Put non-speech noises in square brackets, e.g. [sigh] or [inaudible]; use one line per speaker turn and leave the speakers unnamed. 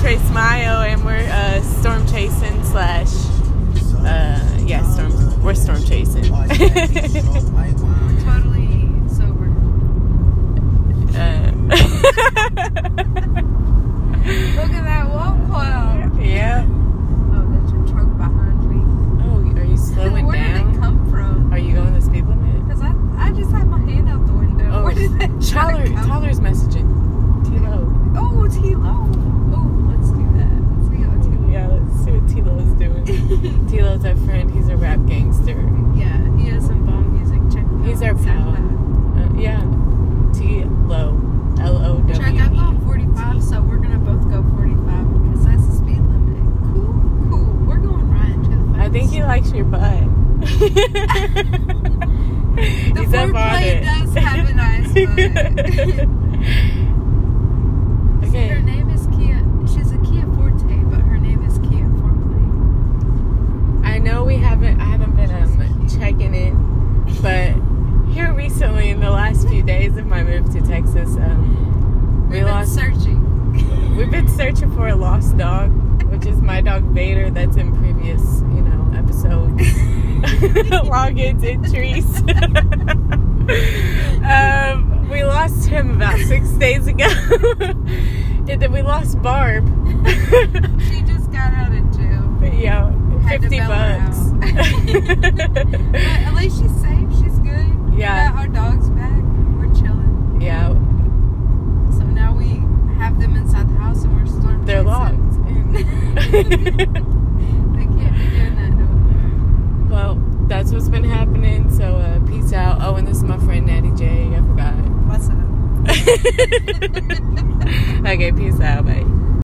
Trace Mayo, and we're uh, storm chasing slash. Uh, yeah, storm. We're storm chasing. [laughs] Uh,
We're totally sober.
uh,
Look at that wall cloud.
yeah.
Oh, that's a truck behind me.
Oh, are you slowing
Where did it
down?
come from?
Are you going the speed limit?
Because I, I just had my hand out the window.
Oh,
Where did [laughs] that truck
[laughs] Tyler,
come
Tyler's messaging. Tilo.
Oh, T-Lo. Oh, let's do that. Let's see how T-Lo.
Yeah, let's see what Tilo is doing. Tilo's our friend. He's a rap gangster.
yeah, he has some bomb music. Check it
He's
out.
our
Check
pal.
that.
Uh, yeah. T Lo. L O W. E.
Check, I'm on 45, so we're going to both go 45 because that's the speed limit. Cool, cool. We're going right into the fence.
I think he likes
[laughs]
your butt.
The
He's up on
foreplay
it.
does have a
[laughs]
nice butt. See, her
okay.
name is Kia. She's a Kia Forte, but her name is Kia Foreplay.
I know we haven't. I haven't been um, checking it, but here recently, in the last few days of my move to Texas, um, we
We've been
lost. [laughs]
searching.
We've been searching for a lost dog, which is my dog Vader. That's in previous, you know, episodes. [laughs] Logins entries. [laughs] um, we lost him about six days ago, [laughs] and then we lost Barb. [laughs]
She just got out of jail.
yeah,
Had to
fifty
bail her But
bucks.
at least she's safe. She's good.
[laughs] Yeah.
We got our dogs back. We're chilling.
yeah, [laughs]
So now we have them inside the house and we're storm
they're
chasing. [laughs]
locked.
They can't be doing that no more.
well, that's what's been happening. So uh, peace out. Oh, and this is my friend Natty J. I forgot.
What's up?
[laughs]
[laughs]
okay, peace out. Bye.